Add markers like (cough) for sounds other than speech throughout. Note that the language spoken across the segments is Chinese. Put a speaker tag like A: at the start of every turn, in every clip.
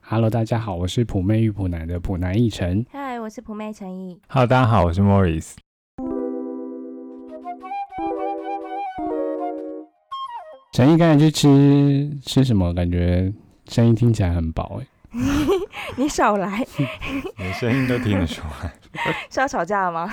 A: Hello，大家好，我是普妹与普男的普男一晨。
B: 嗨，我是普妹陈怡。
C: Hello，大家好，我是 Morris。
A: 陈毅刚才去吃吃什么？感觉声音听起来很饱哎、
B: (laughs) 你少来，
C: 你的声音都听得出来，
B: 是要吵架了吗？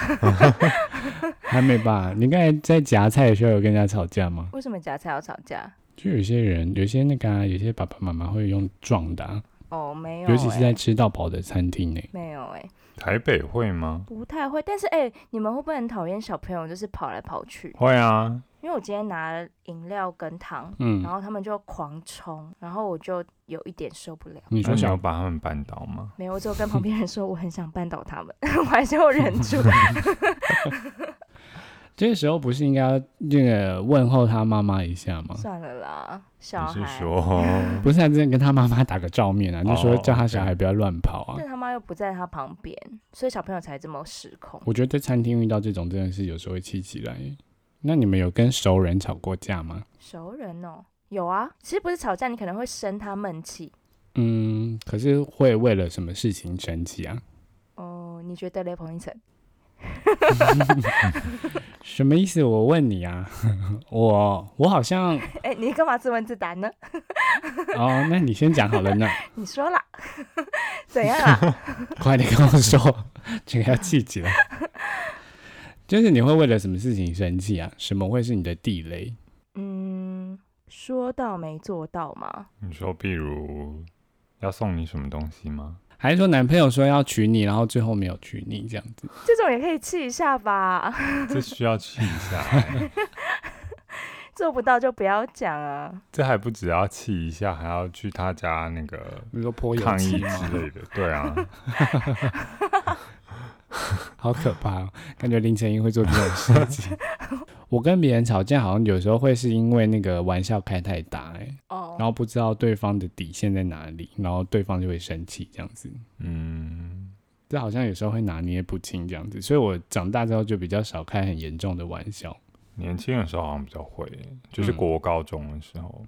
A: (laughs)
B: (laughs)
A: 还没吧？你刚才在夹菜的时候有跟人家吵架吗？
B: 为什么夹菜要吵架？
A: 就有些人，有些那个、啊，有些爸爸妈妈会用撞的、啊，
B: 哦，没有、欸，
A: 尤其是在吃到饱的餐厅哎、
B: 没有哎、
C: 台北会吗？
B: 不太会。但是哎、你们会不会很讨厌小朋友就是跑来跑去？
C: 会啊，
B: 因为我今天拿了饮料跟糖，
A: 嗯
B: 然，后他们就狂冲，然后我就有一点受不了。
A: 你
C: 你
A: 说
C: 说想
A: 小
C: 要把他们扳倒吗？
B: 没有，我只有跟旁边人说我很想绊倒他们， (laughs) 我还是有忍
A: (laughs)
B: 住。
A: 这时候不是应该要那个问候他妈妈一下吗？
B: 算了啦，小
C: 你
B: 孩
C: 是。说 (laughs)
A: 不是、啊，真的跟他妈妈打个照面啊，就说
C: 哦
A: 叫他小
C: OK
A: 孩不要乱跑啊。
B: 但他妈又不在他旁边，所以小朋友才这么失控。
A: 我觉得在餐厅遇到这种真的是有时候会气起来。那你们有跟熟人吵过架吗？
B: 熟人哦，有啊，其实不是吵架，你可能会生他闷气。
A: 嗯，可是会为了什么事情生气啊？
B: 哦，你觉得雷鹏一晨？ (laughs)
A: 什么意思？我问你啊， (laughs) 我我好像
B: 哎、你干嘛自问自答呢？ (laughs)
A: 哦，那你先讲好了呢， (laughs)
B: 你说啦， (laughs) 怎样
C: (laughs)
B: 啊？
A: 快点跟我说，这个要气起来。 (laughs) 就是你会为了什么事情生气啊？什么会是你的地雷？
B: 嗯，说到没做到嘛。
C: 你说，譬如要送你什么东西吗？
A: 还是说男朋友说要娶你，然后最后没有娶你这样子？
B: 这种也可以气一下吧， (laughs)
C: 这需要气一
A: (laughs)
C: 下欸、
B: 做不到就不要讲啊。
C: 这还不只要气一下，还要去他家那个
A: 你说泼
C: 抗议之类的。
A: (laughs)
C: 对啊，
A: 好可怕、哦，感觉林晨英会做这种事情。我跟别人吵架，好像有时候会是因为那个玩笑开太大、欸，
B: 哦
A: 然，后不知道对方的底线在哪里，然后对方就会生气，这样子。
C: 嗯，
A: 这好像有时候会拿捏不清这样子，所以我长大之后就比较少开很严重的玩笑。
C: 年轻的时候好像比较会，就是
A: 嗯
C: 国高中的时候，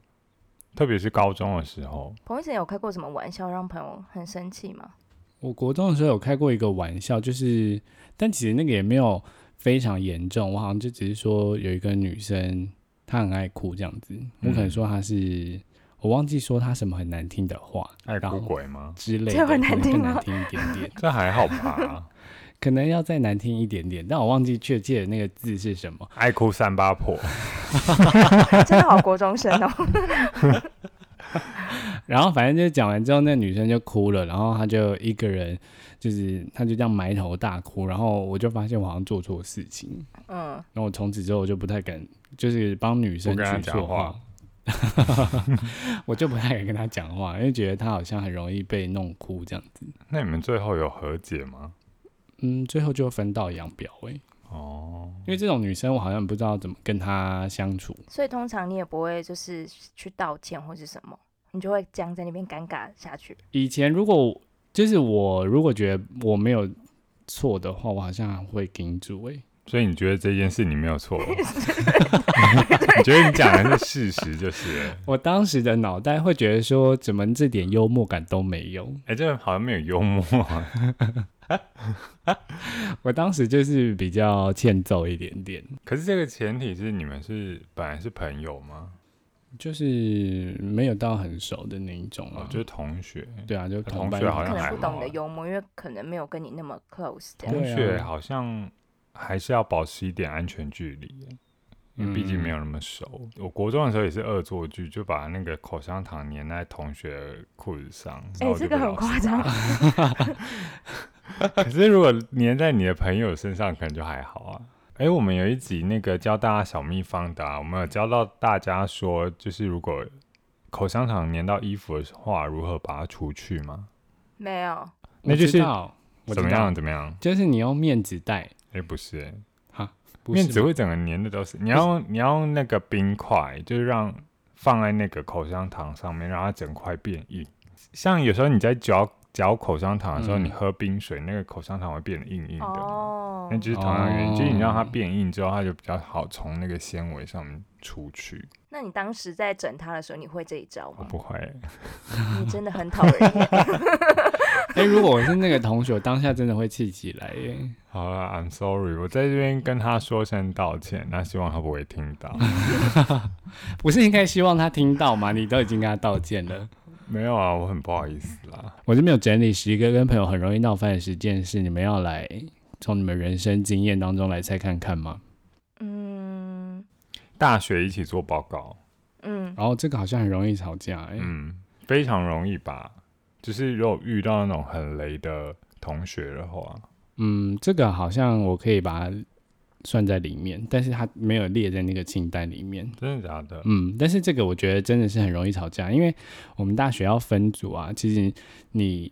C: 特别是高中的时候，
B: 彭一晨有开过什么玩笑让朋友很生气吗？ (laughs)
A: 我国中的时候有开过一个玩笑，就是，但其实那个也没有非常严重，我好像就只是说有一个女生她很爱哭这样子，我可能说她是，我忘记说她什么很难听的话，
C: 爱
A: 然后
C: 哭鬼吗？
A: 之类的，
B: 这样会
A: 可
B: 难
A: 能
B: 听
A: 更
B: 吗
A: 难听一点点， (laughs)
C: 这还好吧？
A: 可能要再难听一点点，但我忘记确切的那个字是什么。 (laughs)
C: 爱哭三八婆。
B: 真的好国中生哦。 (laughs)
A: 然后反正就讲完之后，那女生就哭了，然后她就一个人，就是她就这样埋头大哭，然后我就发现我好像做错事情，
B: 嗯，
A: 然后我从此之后我就不太敢，就是帮女生
C: 不跟她
A: 去
C: 讲
A: 错
C: 话
A: 话。 (laughs) 我就不太敢跟她讲话，因为觉得她好像很容易被弄哭这样子。
C: 那你们最后有和解吗？
A: 嗯，最后就分道扬镳哎、
C: 哦，
A: 因为这种女生我好像不知道怎么跟她相处。
B: 所以通常你也不会就是去道歉或是什么，你就会僵在那边尴尬下去。
A: 以前如果就是我如果觉得我没有错的话，我好像会盯住哎、
C: 所以你觉得这件事你没
B: (laughs)
C: 有错？你觉得你讲的是事实就是了？
A: 我当时的脑袋会觉得说，怎么这点幽默感都没有？
C: 哎、这好像没有幽默啊。
A: 我当时就是比较欠揍一点点，
C: 可是这个前提是你们是本来是朋友吗？
A: 就是没有到很熟的那一种
C: 哦
B: 嗯
A: 啊，，
C: 就是同学。
A: 对啊，就同班
C: 同学好
B: 可
C: 像
B: 能
C: 还
B: 不
C: 好
B: 懂你
C: 啊
B: 的幽默，因为可能没有跟你那么 close 这样。
C: 同
A: 对啊
C: 学好像还是要保持一点安全距离耶，因为毕竟没有那么熟。
B: 嗯
C: 我国中的时候也是恶作剧，就把那个口香糖粘在同学裤子上。然后我就
B: 哎这个
C: 被
B: 很
C: 老师
B: 夸张
C: 打。 (laughs) 可是如果粘在你的朋友身上，可能就还好啊。哎、我们有一集那个教大家小秘方的、啊，我们有教到大家说，就是如果口香糖粘到衣服的话，如何把它除去吗？
B: 没有，
A: 那就是我
C: 怎么
A: 知道
C: 样？？怎么样？
A: 就是你用面纸袋，
C: 哎、不是、欸，
A: 不
C: 面
A: 是
C: 纸
A: 吗
C: 会整个粘的都是。你要用你要用那个冰块，就是让放在那个口香糖上面，让它整块变硬。像有时候你在嚼嚼口香糖的时候，
A: 嗯
C: 你喝冰水，那个口香糖会变得硬硬的。
B: 哦
C: 那，就是同样的原因，
A: 哦
C: 就是你让它变硬之后，它就比较好从那个纤维上面出去。
B: 那你当时在整他的时候，你会这一招
C: 我
A: (laughs)
B: 吗？
C: 不会，
B: 你真的很讨人厌。 (laughs)
A: 哎、如果我是那个同学，我当下真的会气起来欸耶。
C: (laughs) 好了，I'm sorry，我在这边跟他说声道歉，那希望他不会听 (laughs) 到。
A: 不是应该希望他听到吗？你都已经跟他道歉了。
C: 没有啊，我很不好意思啦。
A: 我这边有整理十个跟朋友很容易闹翻的十件事，你们要来从你们人生经验当中来猜看看吗？
B: 嗯
C: 大学一起做报告，
B: 嗯，
A: 然后哦这个好像很容易吵架、哎、
C: 嗯，非常容易吧？就是如果遇到那种很雷的同学的话，
A: 嗯，这个好像我可以把它算在里面，但是它没有列在那个清单里面。
C: 真的假的？
A: 嗯，但是这个我觉得真的是很容易吵架，因为我们大学要分组啊，其实你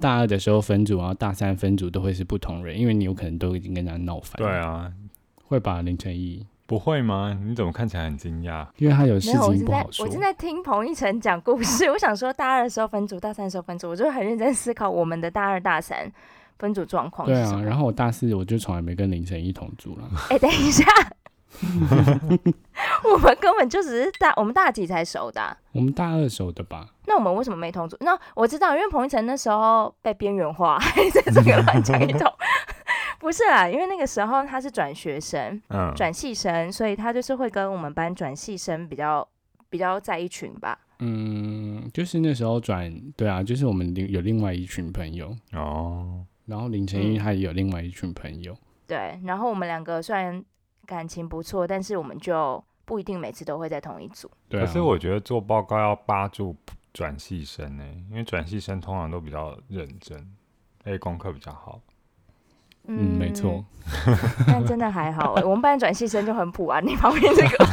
A: 大二的时候分组，然后大三分组都会是不同人，因为你有可能都已经跟人家闹翻。
C: 对，啊，
A: 会把凌晨一，
C: 不会吗？你怎么看起来很惊讶？
A: 因为他有事
B: 没有，我
A: 情
B: 正
A: 不
B: 在
A: 好说
B: 我。正在听彭一晨讲故事。 (laughs) 我想说，大二的时候分组，大三的时候分组，我就很认真思考我们的大二、大三分组状况是
A: 对
B: 什么。
A: 啊，
B: (laughs)
A: 然后我大四我就从来没跟凌晨一同住了。
B: 哎、等一下，
A: (laughs)
B: 我们根本就只是大，我们大几才熟的啊、
A: 我们大二熟的吧？
B: 那我们为什么没同组？那我知道，因为彭昱晨那时候被边缘化， (laughs) 还在这个乱讲一通。 (laughs) 不是啦，因为那个时候他是转学生、
C: 嗯，
B: 转系生，所以他就是会跟我们班转系生比较比较在一群吧。
A: 嗯，就是那时候转，对啊，就是我们另有另外一群朋友，
C: 哦，
A: 然后凌晨一他也有另外一群朋友。
B: 对，然后我们两个虽然感情不错，但是我们就不一定每次都会在同一组。
A: 对、啊，
C: 可是我觉得做报告要扒住转系生呢、欸因为转系生通常都比较认真，而且功课比较
A: (laughs)
C: 好。
A: 嗯，没错。，
B: 但真的还好欸、 (laughs) 我们班转系生就很普啊，你旁边这个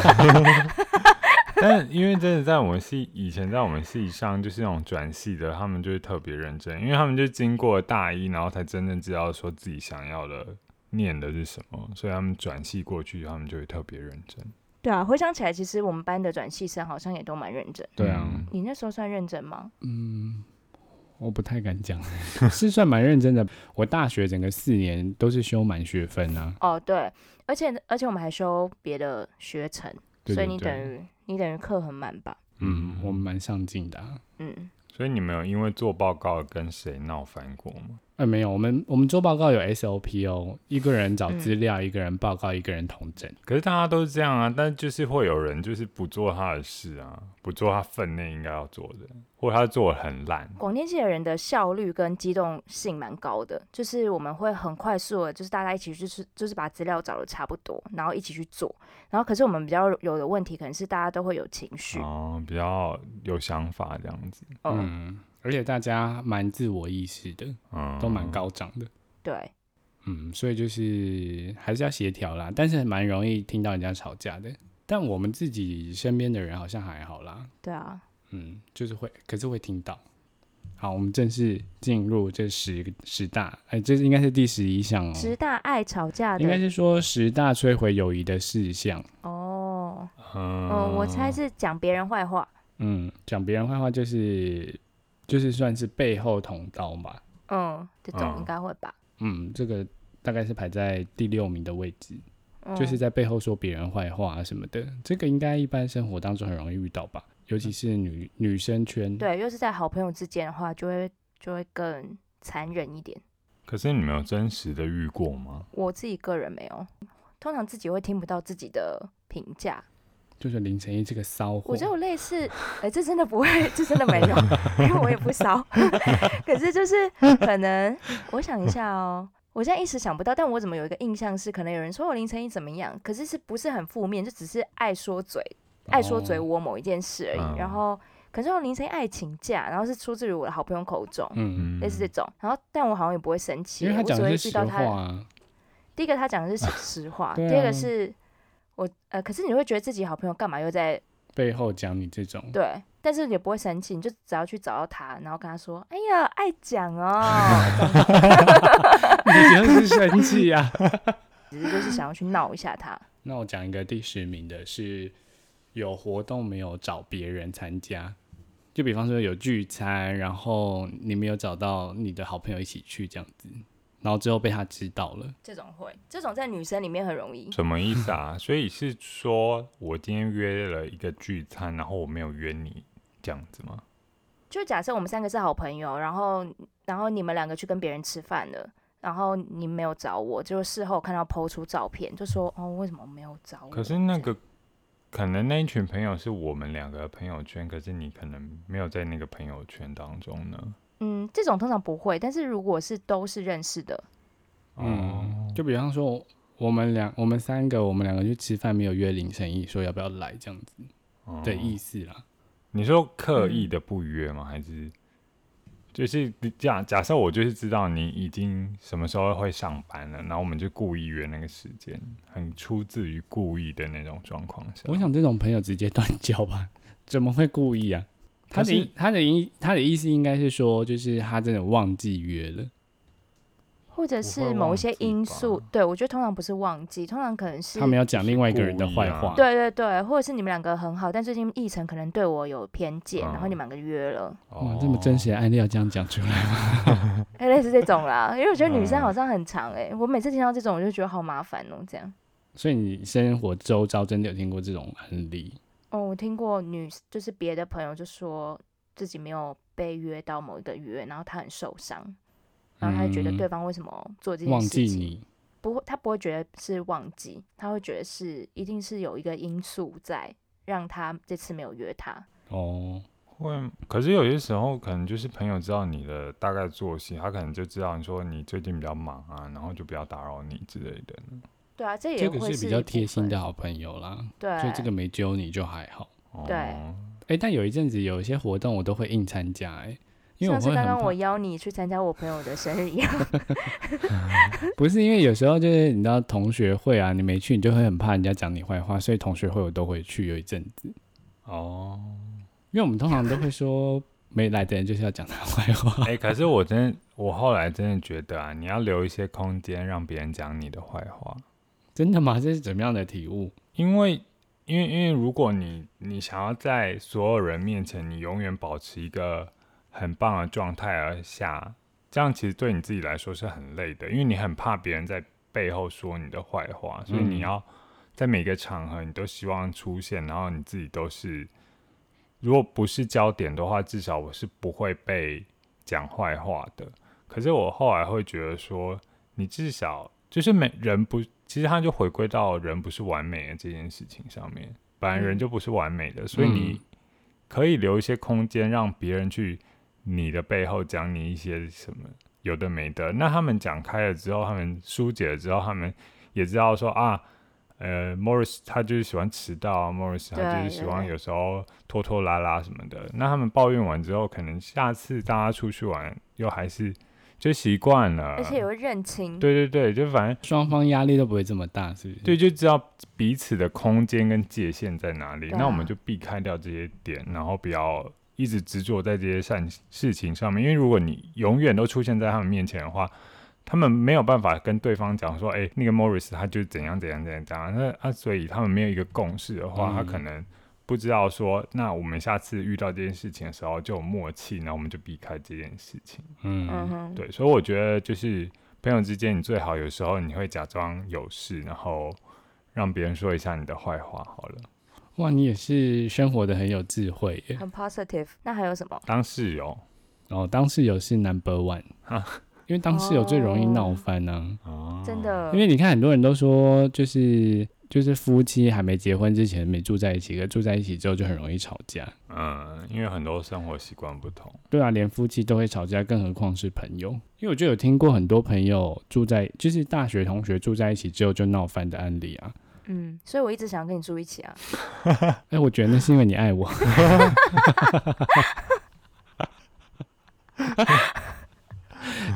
C: 但因为真的在我们系以前在我们系上，就是那种转系的，他们就是特别认真，因为他们就经过了大一，然后才真正知道说自己想要的念的是什么，所以他们转系过去，他们就会特别认真。
B: 对啊，回想起来，其实我们班的转系生好像也都蛮认真。
A: 对啊，
C: 嗯
B: 你那时候算认真吗？
A: 嗯，我不太敢讲， (laughs) 是算蛮认真的。我大学整个四年都是修满学分啊，
B: 哦，对，而且而且我们还修别的学程，
A: 对
B: 所以
A: 对
B: 你
A: 对
B: 等于你等于课很满吧？
A: 嗯，我们蛮上进的、啊。
B: 嗯，
C: 所以你们有因为做报告跟谁闹翻过吗？
A: 呃，没有，我们我们做报告有 SOP 哦，一个人找资料，一个人报告，一个人统整。
C: 可是大家都是这样啊，但就是会有人就是不做他的事啊，不做他分内应该要做的，或者他做的很烂。
B: 广电系的人的效率跟机动性蛮高的，就是我们会很快速的，就是大家一起就是就是把资料找的差不多，然后一起去做。然后可是我们比较有的问题，可能是大家都会有情绪，
C: 哦，比较有想法这样子，
B: 嗯，
A: 嗯，而且大家蛮自我意识的，
C: 嗯，
A: 都蛮。高涨的。
B: 对，
A: 嗯，所以就是还是要协调啦，但是蛮容易听到人家吵架的。但我们自己身边的人好像还好啦，
B: 对啊，
A: 嗯，就是会，可是会听到。好，我们正式进入这十十大，哎，这应该是第十一项哦，
B: 十大爱吵架
A: 应该
B: 的
A: 是说十大摧毁友谊的事项。
B: 哦，
C: 嗯
B: 嗯、我猜是讲别人坏话，
A: 嗯，讲别人坏话就是就是算是背后捅刀嘛。
B: 嗯，这种
C: 嗯
B: 应该会吧，
A: 嗯，这个大概是排在第六名的位置，
B: 嗯、
A: 就是在背后说别人坏话啊什么的。这个应该一般生活当中很容易遇到吧，尤其是女女生圈。，
B: 对，又是在好朋友之间的话，就会就会更残忍一点。
C: 可是你们有真实的遇过吗？
B: 我自己个人没有，通常自己会听不到自己的评价。
A: 就是凌晨一这个骚货
B: 我觉得。我类似，哎、这真的不会， (laughs) 这真的没
A: (laughs)
B: 有，因为我也不骚。 (laughs) 可是就是可能，我想一下哦。我现在一时想不到，但我怎么有一个印象是，可能有人说我凌晨一怎么样，可是是不是很负面，就只是爱说嘴，爱说嘴
A: 哦
B: 我某一件事而已。
C: 嗯
B: 然后，可是我凌晨一爱请假，然后是出自于我的好朋友口中，
A: 嗯，
C: 嗯，
B: 类似这种。然后，但我好像也不会生气，
A: 因为他
B: 我
A: 讲
B: 只会
A: 的
B: 遇
A: 是实
B: 到
A: 话
B: 他。
A: 啊。
B: 第一个他讲的是实话，
A: (laughs) 对
B: 第二
A: 啊
B: 个是我呃，可是你会觉得自己好朋友干嘛又在
A: 背后讲你这
B: (laughs)
A: 种，
B: 对，但是也不会生气，你就只要去找到他，然后跟他说：“哎呀，爱讲
C: (laughs)
B: 哦。
A: 你就是生气啊。”
B: 只是就是想要去闹一下他。
A: 那我讲一个第十名的是有活动没有找别人参加，就比方说有聚餐，然后你没有找到你的好朋友一起去这样子，然后之后被他知道了，
B: 这种会，这种在女生里面很容易。
C: (laughs) 什么意思啊？ (laughs) 所以是说我今天约了一个聚餐，然后我没有约你这样子吗？
B: 就假设我们三个是好朋友，然后然后你们两个去跟别人吃饭了，然后你没有找我，就事后看到抛出照片，就说哦为什么没有找我？
C: 可是那个可能那一群朋友是我们两个的朋友圈，可是你可能没有在那个朋友圈当中呢。
B: 嗯，这种通常不会，但是如果是都是认识的，
C: 哦
A: 嗯，就比方说我们两我们三个我们两个去吃饭，没有约林晨毅说要不要来这样子
C: 哦
A: 的意思啦。
C: 你说刻
A: 嗯
C: 意的不约吗？还是就是假假设我就是知道你已经什么时候会上班了，然后我们就故意约那个时间，很出自于故意的那种状况下。
A: 我想这种朋友直接断交吧，怎么会故意啊？他
C: 可是
A: 的他的意他的意思应该是说，就是他真的忘记约了。
B: 或者
C: 不会
B: 是
C: 忘
B: 某一些
C: 记
B: 因
C: 吧
B: 素，对我觉得通常不是忘记，通常可能是
A: 他们要讲另外一个人的坏
C: 故意
A: 话
C: 啊。
B: 对对对，或者是你们两个很好，但最近议程可能对我有偏见，然后
A: 嗯
B: 你们两个约了，
C: 哦
A: 哇，
B: 哦
A: 这么真实的案例要这样讲出来， (laughs)
B: 哎、类似这种啦。因为我觉得女生
C: 嗯
B: 好像很长哎、我每次听到这种我就觉得好麻烦哦、这样。
A: 所以你生活周遭真的有听过这种案例？
B: 哦，我听过女就是别的朋友就说自己没有被约到某一个约，然后她很受伤，然后她就觉得
A: 嗯
B: 对方为什么做这件
A: 忘
B: 事
A: 记
B: 情，
A: 你，
B: 不会，她不会觉得是忘记，她会觉得是一定是有一个因素在让她这次没有约他。
A: 哦，
C: 会，可是有些时候可能就是朋友知道你的大概作息，他可能就知道你说你最近比较忙啊，然后就不要打扰你之类的。
B: 对啊，这也
A: 这
B: 会
A: 个
B: 是
A: 比
B: 一
A: 较
B: 部
A: 贴心
B: 分，
A: 的好朋友啦，
B: 对，
A: 就这个没揪你就还好。
C: 哦
B: 对
A: 哎、但有一阵子有一些活动我都会硬参加、哎，因为
B: 像
A: 我
B: 是
A: 会很
B: 刚刚
A: 怕
B: 我邀你去参加我朋友的生日一样，
A: 不是因为有时候就是你知道同学会啊，你没去你就会很怕人家讲你坏话，所以同学会我都会去有一阵子， (laughs)
C: 哦，
A: 因为我们通常都会
B: (laughs)
A: 说没来的人就是要讲他坏话。 (laughs)
C: 哎、可是我真的，我后来真的觉得啊，你要留一些空间让别人讲你的坏话，
A: 真的吗？这是怎么样的体悟？
C: 因为，因为，因为如果你你想要在所有人面前，你永远保持一个很棒的状态而下，这样其实对你自己来说是很累的，因为你很怕别人在背后说你的坏话，所以
A: 嗯
C: 你要在每个场合你都希望出现，然后你自己都是，如果不是焦点的话，至少我是不会被讲坏话的。可是我后来会觉得说，你至少就是每人不，其实他就回归到人不是完美的这件事情上面，本来人就不是完美的，所以你可以留一些空间让别人去你的背后讲你一些什么有的没的。那他们讲开了之后，他们疏解了之后，他们也知道说啊，呃，Morris 他就是喜欢迟到啊，Morris 他
B: 对
C: 就是喜欢
B: 对
C: 有时候拖拖拉拉什么的。那他们抱怨完之后，可能下次大家出去玩又还是就习惯了，
B: 而且也会认清。
C: 嗯对对对，就反正
A: 双方压力都不会这么大，是不是？
C: 对，就知道彼此的空间跟界限在哪里。
B: 对啊
C: 那我们就避开掉这些点，然后不要一直执着在这些善事情上面。因为如果你永远都出现在他们面前的话，他们没有办法跟对方讲说，哎、那个 Morris 他就怎样怎样怎样怎样。那啊，所以他们没有一个共识的话，
A: 嗯
C: 他可能。不知道说，那我们下次遇到这件事情的时候就有默契，然后我们就避开这件事情。
B: 嗯
A: 嗯，
B: 哼，
C: 对，所以我觉得就是朋友之间，你最好有时候你会假装有事，然后让别人说一下你的坏话好了，
A: 哇，你也是生活的很有智慧耶。
B: 很 positive。那还有什么？
C: 当室友
A: 哦，当室友是 number one，
C: 啊
A: 因为当室友最容易闹翻呢、
C: 啊
B: 真的
A: 因，为你看，很多人都说，就是就是夫妻还没结婚之前没住在一起，可住在一起之后就很容易吵架。
C: 嗯，因为很多生活习惯不同，
A: 对啊，连夫妻都会吵架，更何况是朋友？因为我就有听过很多朋友住在，就是大学同学住在一起之后就闹翻的案例啊。
B: 嗯，所以我一直想要跟你住一起啊。
A: 哎，我觉得那是因为你爱我。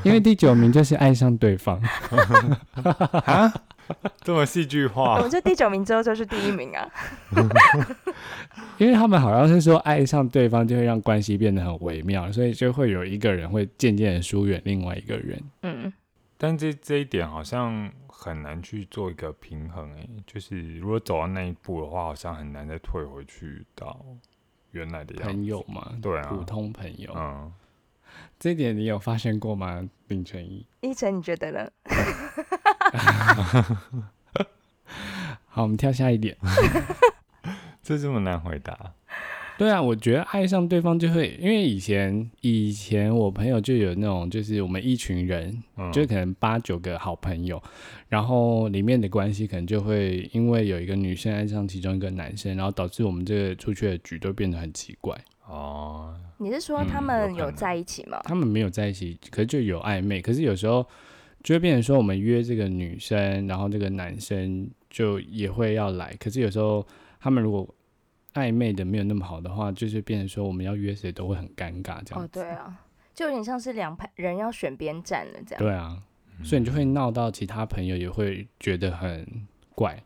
A: 因为第九名就是爱上对方，
C: 这么戏剧
B: 我
C: 化
B: 们，这第九名之后就是第一名啊。
A: 因为他们好像是说爱上对方就会让关系变得很微妙，所以就会有一个人会渐渐的疏远另外一个人。
B: 嗯，
C: (laughs) 但这这一点好像很难去做一个欸平衡诶、就是如果走到那一步的话，好像很难再退回去到。原来的样子。
A: 朋友嘛，
C: 对啊
A: 普通朋友，
C: 嗯，
A: 这一点你有发现过吗？林晨一，
B: 依晨，你觉得呢？
A: 好，我们跳下一点。
C: 这这么难回答？
A: 对啊，我觉得爱上对方就会，因为以前以前我朋友就有那种，就是我们一群人，
C: 嗯，
A: 就是可能八九个好朋友，然后里面的关系可能就会因为有一个女生爱上其中一个男生，然后导致我们这个出去的局都变得很奇怪。
C: 哦，
B: 你是说
C: 嗯
B: 他
C: 有
B: 们
C: 可
B: 有
C: 能
B: 在一起吗？
A: 他们没有在一起，可是就有暧昧，可是有时候就会变成说我们约这个女生，然后这个男生就也会要来，可是有时候他们如果暧昧的没有那么好的话，就是变成说我们要约谁都会很尴尬这样。
B: 哦，对啊，就有点像是两派人要选边站了这样。
A: 对啊，
C: 嗯
A: 所以你就会闹到其他朋友也会觉得很怪。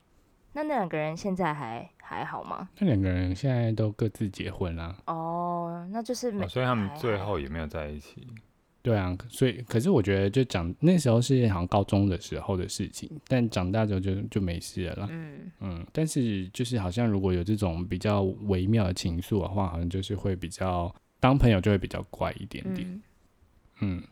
B: 那那两个人现在还还好吗？
A: 那两个人现在都各自结婚啊啦，
B: 哦，那就是没、
C: 哦所以他们
B: 还
C: 最
B: 好
C: 后也没有在一起。
A: 对啊，所以可是我觉得就长那时候是好像高中的时候的事情，但长大之后就就没事了啦。
B: 嗯，
A: 嗯，但是就是好像如果有这种比较微妙的情愫的话，好像就是会比较当朋友就会比较怪一点点。
B: 嗯，
A: 嗯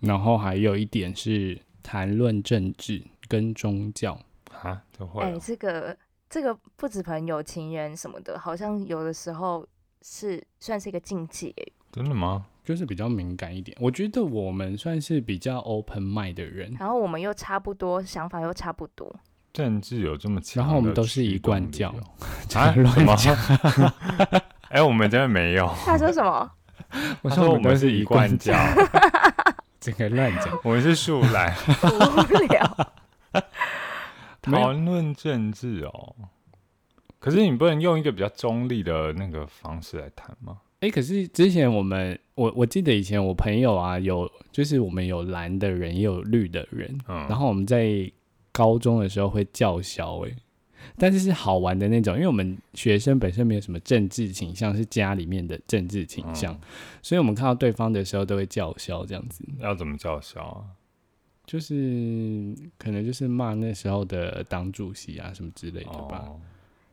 A: 然后还有一点是谈论政治跟宗教，
C: 啊，这会
B: 哎、
C: 哦、
B: 这个这个不止朋友、情人什么的，好像有的时候是算是一个禁忌耶。
C: 真的吗？
A: 就是比较敏感一点。我觉得我们算是比较 open mind 的人，
B: 然后我们又差不多，想法又差不多，
C: 政治有这么强
A: 然
C: 的驱动力哦？
A: 后我们都是一贯教 (laughs)
C: 啊？
A: 乱
C: 什么
A: 讲？
C: (laughs) 哎、我们真的没有。
B: 他说什么？
A: (laughs)
B: (laughs)
A: 我
C: 他说我
A: 都
C: 们是一贯
A: 贯
C: 教，
A: 这个乱讲。
C: (laughs) 我们是树懒。
B: 无聊。
A: (laughs) 没有
C: 谈论政治哦，可是你不能用一个比较中立的那个方式来谈吗？
A: 哎、可是之前我们，我我记得以前我朋友啊，有就是我们有蓝的人，也有绿的人，
C: 嗯，
A: 然后我们在高中的时候会叫嚣哎、但是是好玩的那种，因为我们学生本身没有什么政治倾向，是家里面的政治倾向，
C: 嗯
A: 所以我们看到对方的时候都会叫嚣这样子，
C: 要怎么叫嚣啊？
A: 就是可能就是骂那时候的党主席啊什么之类的吧。
C: 哦，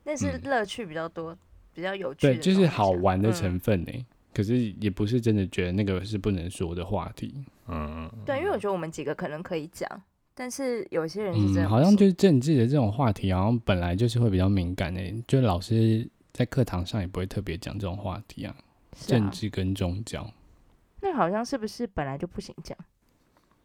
B: 那是
A: 嗯
B: 乐趣比较多，比较有趣的
A: 对，
B: 东西
A: 就
B: 啊。
A: 是好玩的
B: 嗯
A: 成分呢、可是也不是真的觉得那个是不能说的话题，
C: 嗯，嗯
B: 对，因为我觉得我们几个可能可以讲，但是有些人是真
A: 嗯，
B: 的不
A: 好像
B: 行
A: 就是政治的这种话题，好像本来就是会比较敏感诶、就老师在课堂上也不会特别讲这种话题啊，
B: 是啊
A: 政治跟宗教。
B: 那好像是不是本来就不行讲？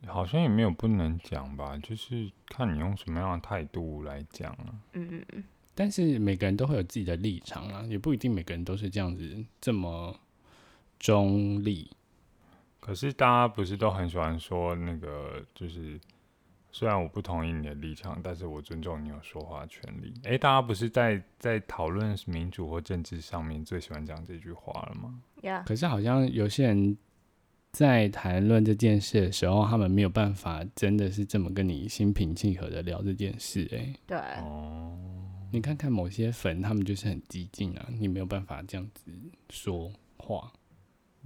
C: 好像也没有不能讲吧，就是看你用什么样的态度来讲啊。
B: 嗯嗯嗯，
A: 但是每个人都会有自己的立场啊，也不一定每个人都是这样子这么中立。
C: 可是大家不是都很喜欢说那个，就是虽然我不同意你的立场，但是我尊重你有说话权利。诶，大家不是在在讨论民主或政治上面最喜欢讲这句话了吗？
B: 呀、
A: 可是好像有些人在谈论这件事的时候，他们没有办法真的是这么跟你心平气和的聊这件事、欸。诶，
B: 对，啊
C: 哦，
A: 你看看某些粉，他们就是很激进啊，你没有办法这样子说话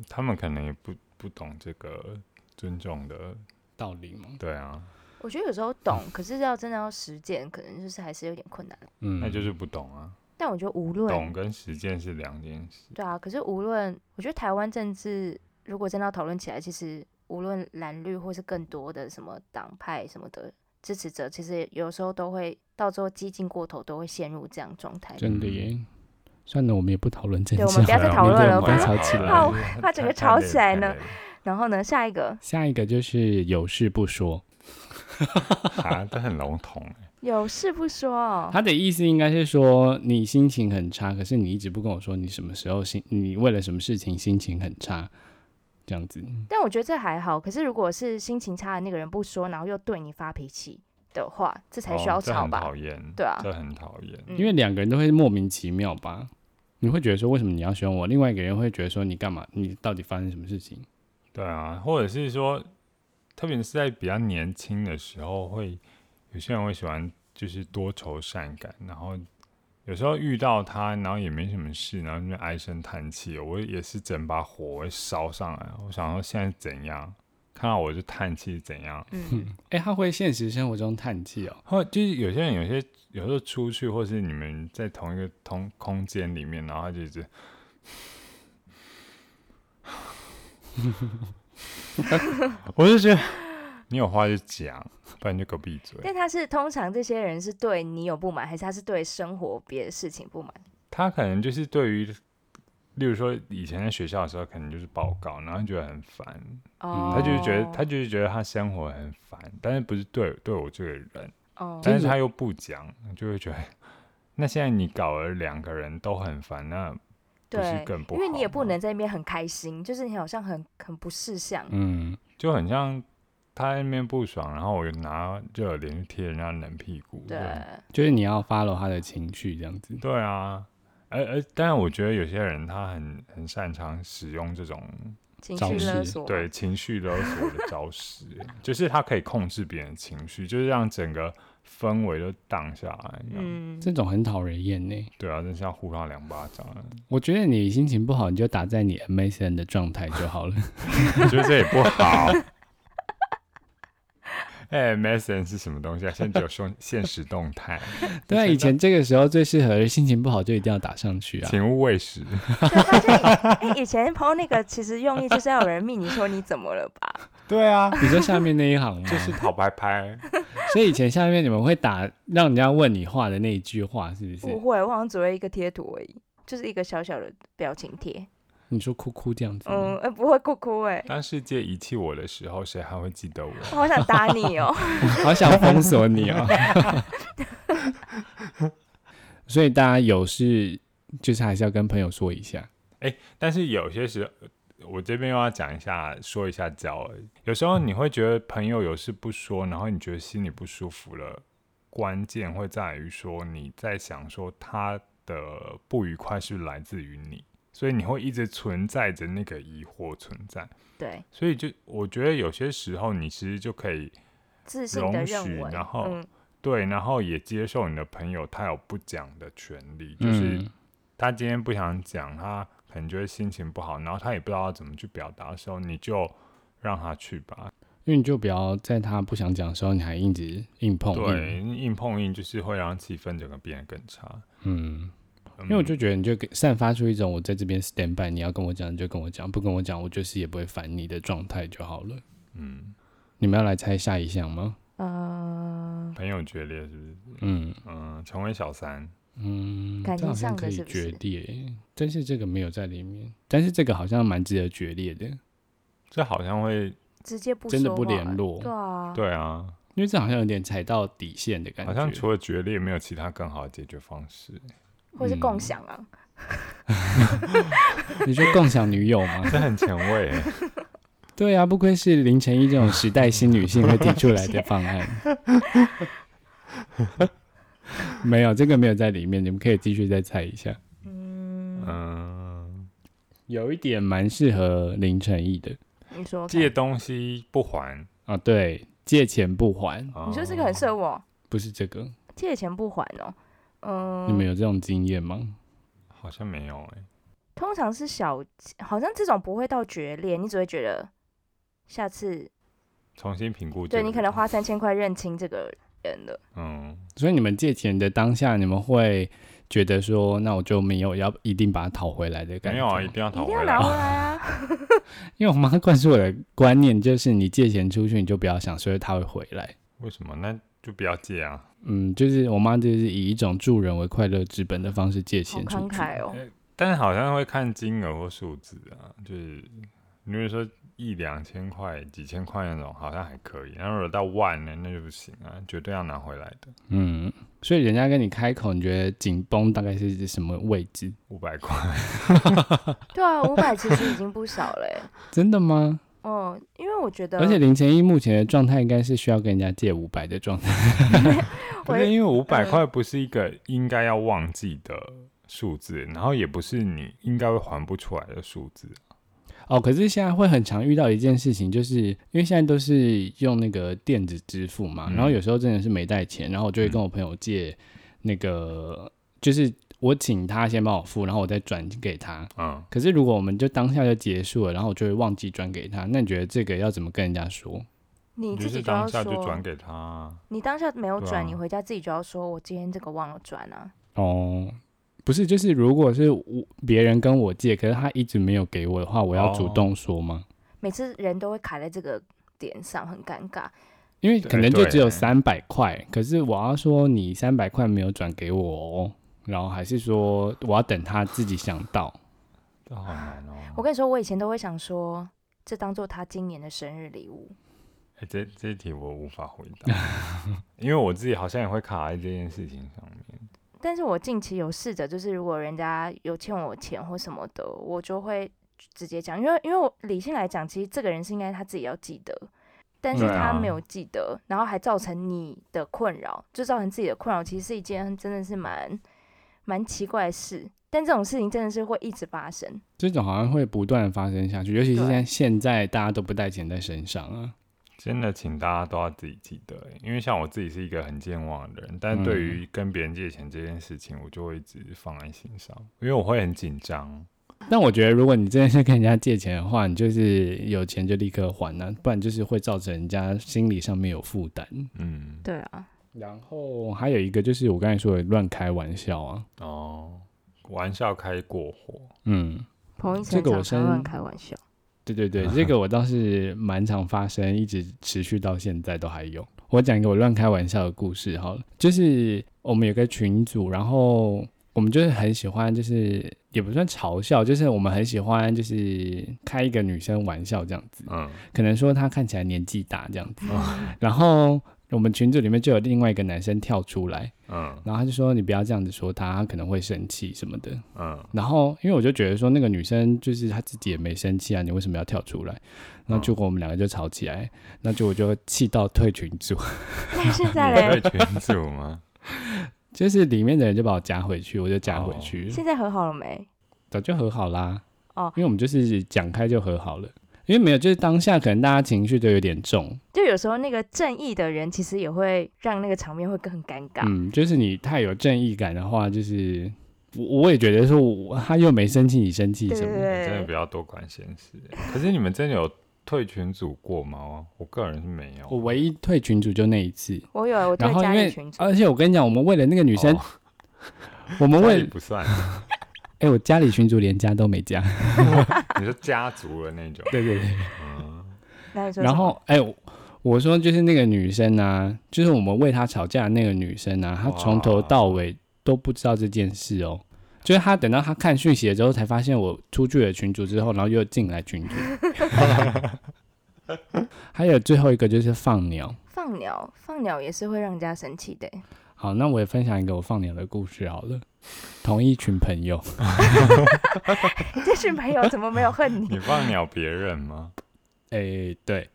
C: 他们可能也不不懂这个尊重的，
A: 道理吗？
C: 对啊，
B: 我觉得有时候懂，可是要真的要实践，可能就是还是有点困难。
A: 嗯，
C: 那就是不懂啊。
B: 但我觉得无论
C: 懂跟实践是两件事。
B: 对啊，可是无论我觉得台湾政治如果真的要讨论起来，其实无论蓝绿或是更多的什么党派什么的支持者，其实有时候都会到最后激进过头，都会陷入这样状态。
A: 真的耶。算了，我们也不讨论政治
B: 对
A: 了。
B: 我们不要再讨论了
A: 啊我们吵起来。
B: 怕怕整个吵起来呢。然后呢，下一个
A: 下一个就是有事不说，
C: 啊，这很笼统欸。
B: 有事不说哦，
A: 他的意思应该是说你心情很差，可是你一直不跟我说你什么时候心，你为了什么事情心情很差，这样子。
B: 但我觉得这还好。可是如果是心情差的那个人不说，然后又对你发脾气的话，这 (laughs) 才需
C: 哦
B: 要
C: 这
B: 吵
C: 很
B: 吧？
C: 讨厌，
B: 对啊
C: 这很讨厌。
B: 嗯
A: 因为两个人都会莫名其妙吧，你会觉得说为什么你要喜欢我，另外一个人会觉得说你干嘛，你到底发生什么事情？
C: 对啊，或者是说，特别是在比较年轻的时候会，有些人会喜欢就是多愁善感，然后有时候遇到他，然后也没什么事，然后就唉声叹气。我也是整把火我会烧上来，我想说现在怎样，看到我就叹气怎样。
B: 嗯，
A: 哎、他会现实生活中叹气哦，
C: 或就是有些人有些有时候出去，或是你们在同一个同空间里面，然后他就一直 (laughs) 我就觉得你有话就讲，不然就给我闭嘴。
B: 但他是通常这些人是对你有不满，还是他是对生活别的事情不满？
C: 他可能就是对于，例如说以前在学校的时候，可能就是报告，然后他觉得很烦，
B: 哦，
C: 嗯他就是觉得他就是觉得他生活很烦，但是不是对对我这个人，
B: 哦，
C: 但是他又不讲，就会觉得，那现在你搞了两个人都很烦，那不是
B: 对，
C: 更不
B: 因
C: 好吗？
B: 为你也不能在那边很开心，就是你好像很很不识相。
A: 嗯，
C: 就很像他在那边不爽，然后我就拿热脸去贴人家冷屁股，
B: 对，
A: 就是你要 follow 他的情绪这样子。
C: 对啊，而而当然，我觉得有些人他很很擅长使用这种
B: 情
A: 找
B: 绪勒
A: 事
B: 索，
C: 对，情绪勒索的招式， (laughs) 就是他可以控制别人的情绪，就是让整个氛围都荡下来。嗯，
B: 嗯，
A: 这种很讨人厌呢、
C: 对啊，真是要呼他两巴掌啊。
A: 我觉得你心情不好，你就打在你 MSN 的状态就好了。
C: 我觉得这也不 (laughs) 好。哎、m e s s e n 是什么东西啊？现在只有说现实动 (laughs) 态，
A: 对啊，以前这个时候最适合心情不好就一定要打上去啊。
C: 请勿喂食。
B: 对，啊发现以哎以前抛那个其实用意就是要有人命你说你怎么了吧？
C: 对啊， (laughs)
A: 你说下面那一行吗？啊
C: 就是讨拍 (laughs) 拍。
A: 所以以前下面你们会打让人家问你话的那一句话，是不
B: 不
A: 是？
B: 会，我好像只会一个贴图而已，就是一个小小的表情贴，
A: 你说哭哭这样子吗，
B: 嗯，呃不会哭哭哎、
C: 当世界遗弃我的时候，谁还会记得我？
B: 我好想打你哦、
A: 好想封锁你
C: (laughs)
A: 哦。所以大家有事就是还是要跟朋友说一下。
C: 但是有些时候，我这边又要讲一下，说一下教而已。有时候你会觉得朋友有事不说，然后你觉得心里不舒服了，关键会在于说你在想说他的不愉快是来自于你，所以你会一直存在着那个疑惑存在。
B: 对，
C: 所以就我觉得有些时候，你其实就可以
B: 自信的
C: 容
B: 认
C: 许
B: 为，
C: 然后
B: 嗯，
C: 对，然后也接受你的朋友他有不讲的权利，就是。
A: 嗯
C: 他今天不想讲，他可能就会心情不好，然后他也不知道怎么去表达的时候，你就让他去吧。
A: 因为你就不要在他不想讲的时候，你还一直硬碰
C: 对，
A: 硬。
C: 硬碰硬就是会让气氛整个变得更差。
A: 嗯，
C: 嗯
A: 因为我就觉得你就给散发出一种我在这边 stand by，你要跟我讲你就跟我讲，不跟我讲我就是也不会烦你的状态就好了。
C: 嗯，
A: 你们要来猜下一项吗？
B: 呃，
C: 朋友决裂是不是？
A: 嗯
C: 嗯，成为小三，
A: 嗯，
B: 感
A: 这好
B: 情
A: 像
B: 上
A: 可
B: 的
A: 以
B: 是不是
A: 决裂耶，但是这个没有在里面，但是这个好像蛮值得决裂的，
C: 这好像会
B: 直接不
A: 真的
B: 说
A: 不
B: 话
A: 联络
B: 对啊，
C: 对啊，
A: 因为这好像有点踩到底线的感觉。
C: 好像除了决裂，没有其他更好的解决方式。
B: 或是
A: 嗯
B: 共享啊，
A: 你说共享女友吗？ (laughs)
C: 这很前卫欸，
A: 对啊，不愧是林晨一这种时代新女性会提出来的方案。没有，这个没有在里面，你们可以继续再猜一下。
B: 嗯，
C: 嗯，
A: 有一点蛮适合林晨一的
B: 你说看
C: 借东西不还，嗯
A: 啊，对，借钱不还，
B: 嗯你说这
C: 哦
B: 个很适合我，
A: 不是这个，
B: 借钱不还哦、嗯，
A: 你们有这种经验吗？
C: 哦好像没有哎，
B: 通常是小，好像这种不会到决裂，你只会觉得下次
C: 重新评估这
B: 对
C: 个。
B: 你可能花三千块认清这个人了。
C: 嗯，
A: 所以你们借钱的当下，你们会觉得说，那我就没有要一定把它讨回来的感
C: 没
A: 觉。
C: 有啊，一定要
B: 一
C: 讨
B: 定
C: 回
B: 要
C: 来
B: 拿
C: 啊。
B: 回来
A: (laughs)
B: 啊！
A: 因为我妈灌输我的观念就是，你借钱出去，你就不要想说他会回来。
C: 为什么？那就不要借啊。
A: 嗯，就是我妈就是以一种助人为快乐之本的方式借
B: 好
A: 钱出
B: 慷
A: 去。
B: 慨哦，
C: 但是好像会看金额或数字啊，就是如果说一两千块、几千块那种，好像还可以。然后如果到万呢，那就不行啊，绝对要拿回来的。
A: 嗯，所以人家跟你开口，你觉得紧绷大概是什么位置？
C: 五
B: (laughs)
C: 百块，
B: 对啊，五百其实已经不少了欸。
A: 真的吗？
B: 哦，因为我觉得，
A: 而且林晨一目前的状态应该是需要跟人家借五百的状态。
C: 不
B: 也
C: 是因为五百块不是一个应该要忘记的数字，然后也不是你应该会还不出来的数字。
A: 哦，可是现在会很常遇到一件事情，就是因为现在都是用那个电子支付嘛，
C: 嗯
A: 然后有时候真的是没带钱，然后我就会跟我朋友借那个，就是我请他先帮我付，然后我再转给他。
C: 嗯，
A: 可是如果我们就当下就结束了，然后我就会忘记转给他，那你觉得这个要怎么跟人家说？
B: 你
C: 就
B: 自
C: 是
B: 己就要
C: 当下就
B: 说
C: 转，给他啊。
B: 你当下没有
C: 对啊
B: 转，你回家自己就要说，我今天这个忘了转啊。
A: 哦，不是，就是如果是我别人跟我借，可是他一直没有给我的话，我要主
C: 哦
A: 动说吗？
B: 每次人都会卡在这个点上，很尴尬。
A: 因为
C: 对
A: 可能就
C: 对
A: 只有三百块，可是我要说你三百块没有转给我哦，然后还是说我要等他自己想到。
C: 这好难
B: (laughs)
C: 哦。
B: 我跟你说，我以前都会想说，这当做他今年的生日礼物。
C: 哎、这这一题我无法回答，因为我自己好像也会卡在这件事情上面。
B: 但是我近期有试着，就是如果人家有欠我钱或什么的，我就会直接讲，因为因为我理性来讲，其实这个人是应该他自己要记得，但是
C: 对啊
B: 他没有记得，然后还造成你的困扰，就造成自己的困扰，其实是一件真的是蛮蛮奇怪的事。但这种事情真的是会一直发生，
A: 这种好像会不断地发生下去，尤其是
B: 对
A: 像现在大家都不带钱在身上啊。
C: 真的，请大家都要自己记得、欸因为像我自己是一个很健忘的人，
A: 嗯
C: 但对于跟别人借钱这件事情，我就会一直放在心上，因为我会很紧张。
A: 但我觉得，如果你真的是跟人家借钱的话，你就是有钱就立刻还啊，不然就是会造成人家心理上面有负担。
C: 嗯，
B: 对啊，
A: 然后还有一个就是我刚才说的乱开玩笑啊，
C: 哦，玩笑开过火，
A: 嗯，
B: 彭一
A: 这
B: 晨
A: 个
B: 常
A: 我
B: 常
A: 深
B: 乱开玩 (laughs) 笑，
A: 对对对，这个我倒是蛮常发生，一直持续到现在都还有。我讲一个我乱开玩笑的故事好了，就是我们有个群组，然后我们就是很喜欢，就是也不算嘲笑，就是我们很喜欢就是开一个女生玩笑这样子，
C: 嗯， (laughs)
A: 可能说她看起来年纪大这样子，然后我们群组里面就有另外一个男生跳出来，
C: 嗯
A: 然后他就说你不要这样子说她，她可能会生气什么的，
C: 嗯，
A: 然后，因为我就觉得说，那个女生就是她自己也没生气啊，你为什么要跳出来？那结果我们两个就吵起来，那就我就气到退群组， (laughs)
B: 那现在
C: 你
B: 嘞，
C: 对群主吗？
A: 就是里面的人就把我加回去，我就加回去，
B: 现在和好了没？
A: 早就和好啦。
B: 哦
A: 因为我们就是讲开就和好了，因为没有，就是当下可能大家情绪都有点重，
B: 就有时候那个正义的人，其实也会让那个场面会更很尴尬。
A: 嗯，就是你太有正义感的话，就是我我也觉得说我，他又没生气，你生气
B: 对
A: 什
B: 对
A: 么？
C: 你真的
B: 对
C: 不，要多管闲事、欸可是你们真的有退群组过吗？我个人是没有。
A: 我唯一退群组就那一次，
B: 我有啊，我
A: 然
B: 对
A: 后因
B: 家里
A: 为呃
B: 群组，
A: 而且我跟你讲，我们为了那个女生，
C: 哦
A: 我们
C: 家
A: 为
C: 里不算，
A: 哎、我家里群主连加都没加。
C: 你是家族的那种。
A: 对对对。
C: 嗯
B: 那你说什么
A: 然后，哎、我我说就是那个女生啊，就是我们为她吵架的那个女生啊，她从头到尾都不知道这件事哦。就是她等到她看讯息了之后，才发现我出去了群主之后，然后又进来群 (laughs) 主。还有最后一个就是放鸟。
B: 放鸟，放鸟也是会让人家生气的。 (laughs)
A: 好，那我也分享一个我放鸟的故事好了。同一群朋友，
B: 这群朋友怎么没有恨你？
C: 你放鸟别人吗？
A: 哎、对，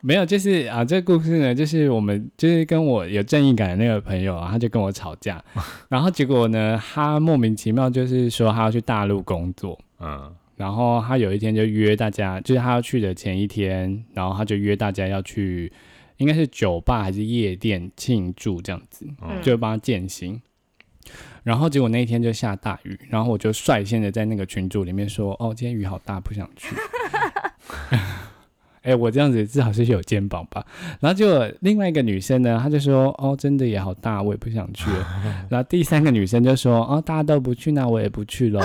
A: 没有，就是啊，这个故事呢，就是我们就是跟我有正义感的那个朋友啊，他就跟我吵架，然后结果呢，他莫名其妙就是说他要去大陆工作，
C: 嗯
A: 然后他有一天就约大家，就是他要去的前一天，然后他就约大家要去，应该是酒吧还是夜店庆祝这样子，
C: 嗯
A: 就帮他践行。然后结果那一天就下大雨，然后我就率先的在那个群组里面说：“哦，今天雨好大，不想去。” (laughs) 哎、我这样子至少是有肩膀吧。然后结果另外一个女生呢，她就说：“哦，真的也好大，我也不想去了。”然后第三个女生就说：“哦，大家都不去，那我也不去喽。”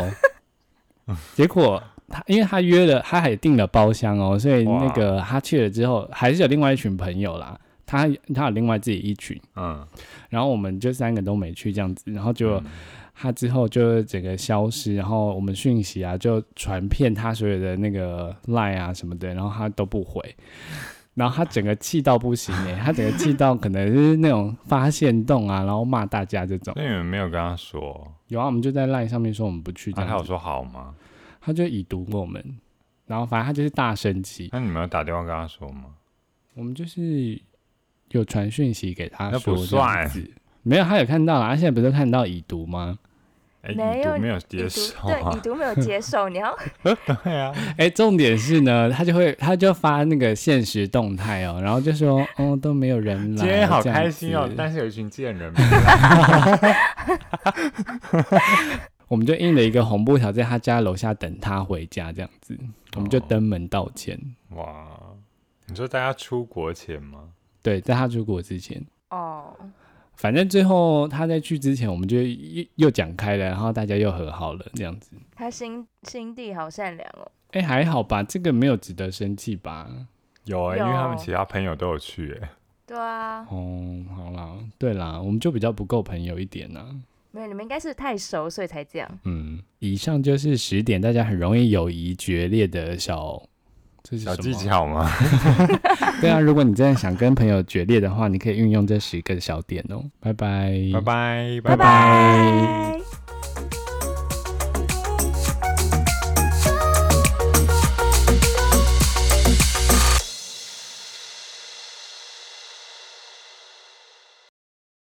A: 结果她因为她约了，她还订了包厢哦，所以那个她去了之后，还是有另外一群朋友啦。她她有另外自己一群，
C: 嗯，
A: 然后我们就三个都没去这样子，然后就
C: 嗯
A: 他之后就整个消失，然后我们讯息啊就传遍他所有的那个 line 啊什么的，然后他都不
C: (laughs)
A: 回，然后他整个气到不行哎、他整个气到可能是那种发现洞啊，然后骂大家这种
C: 那。你们没有跟他说，啊
A: 有啊，我们就在 line 上面说我们不去这
C: 那他
A: 样
C: 有
A: 子，
C: 说好吗？
A: 他就已读我们，然后反正他就是大生气，
C: 那你们有打电话跟他说吗？
A: 我们就是有传讯息给他
C: 那
A: 说
C: 不
A: 这样
C: 算
A: 子，没有他有看到啦，他现在不是都看到已读吗？
C: 哎，
B: 没
C: 已
B: 有
C: 读没有
B: 已
C: (laughs) 接
B: 读
C: 受
B: 对，已
C: 啊？
B: 读
C: (laughs)
B: 没有接受，你要
C: 对啊，
A: 哎、重点是呢，他就会他就发那个现实动态哦，然后就说哦都没有人来，
C: (laughs) 今天好
A: 这样
C: 开心哦
A: 子，
C: 但是有一群贱人。
A: (laughs) 我们就印了一个红布条在他家楼下等他回家，这样子，我们就
C: 哦
A: 登门道歉。
C: 哇，你说大家出国前吗？
A: 对，在他出国之前，
B: 哦，
A: 反正最后他在去之前，我们就又又讲开了，然后大家又和好了，这样子。
B: 他心心地好善良哦。
A: 哎、还好吧，这个没有值得生气吧？
C: 有哎、因为他
B: 有
C: 们其他朋友都有去哎、
B: 对啊，
A: 哦，好啦，对啦，我们就比较不够朋友一点啊啦。
B: 没有，你们应该是太熟，所以才这样。
A: 嗯，以上就是十点大家很容易友谊决裂的小，这是
C: 小
A: 什
C: 技
A: 么。
C: 巧吗？
A: 对啊，如果你真的想跟朋友决裂的话，你可以运用这十个小点哦。拜拜，
C: 拜拜，
A: 拜拜
B: 拜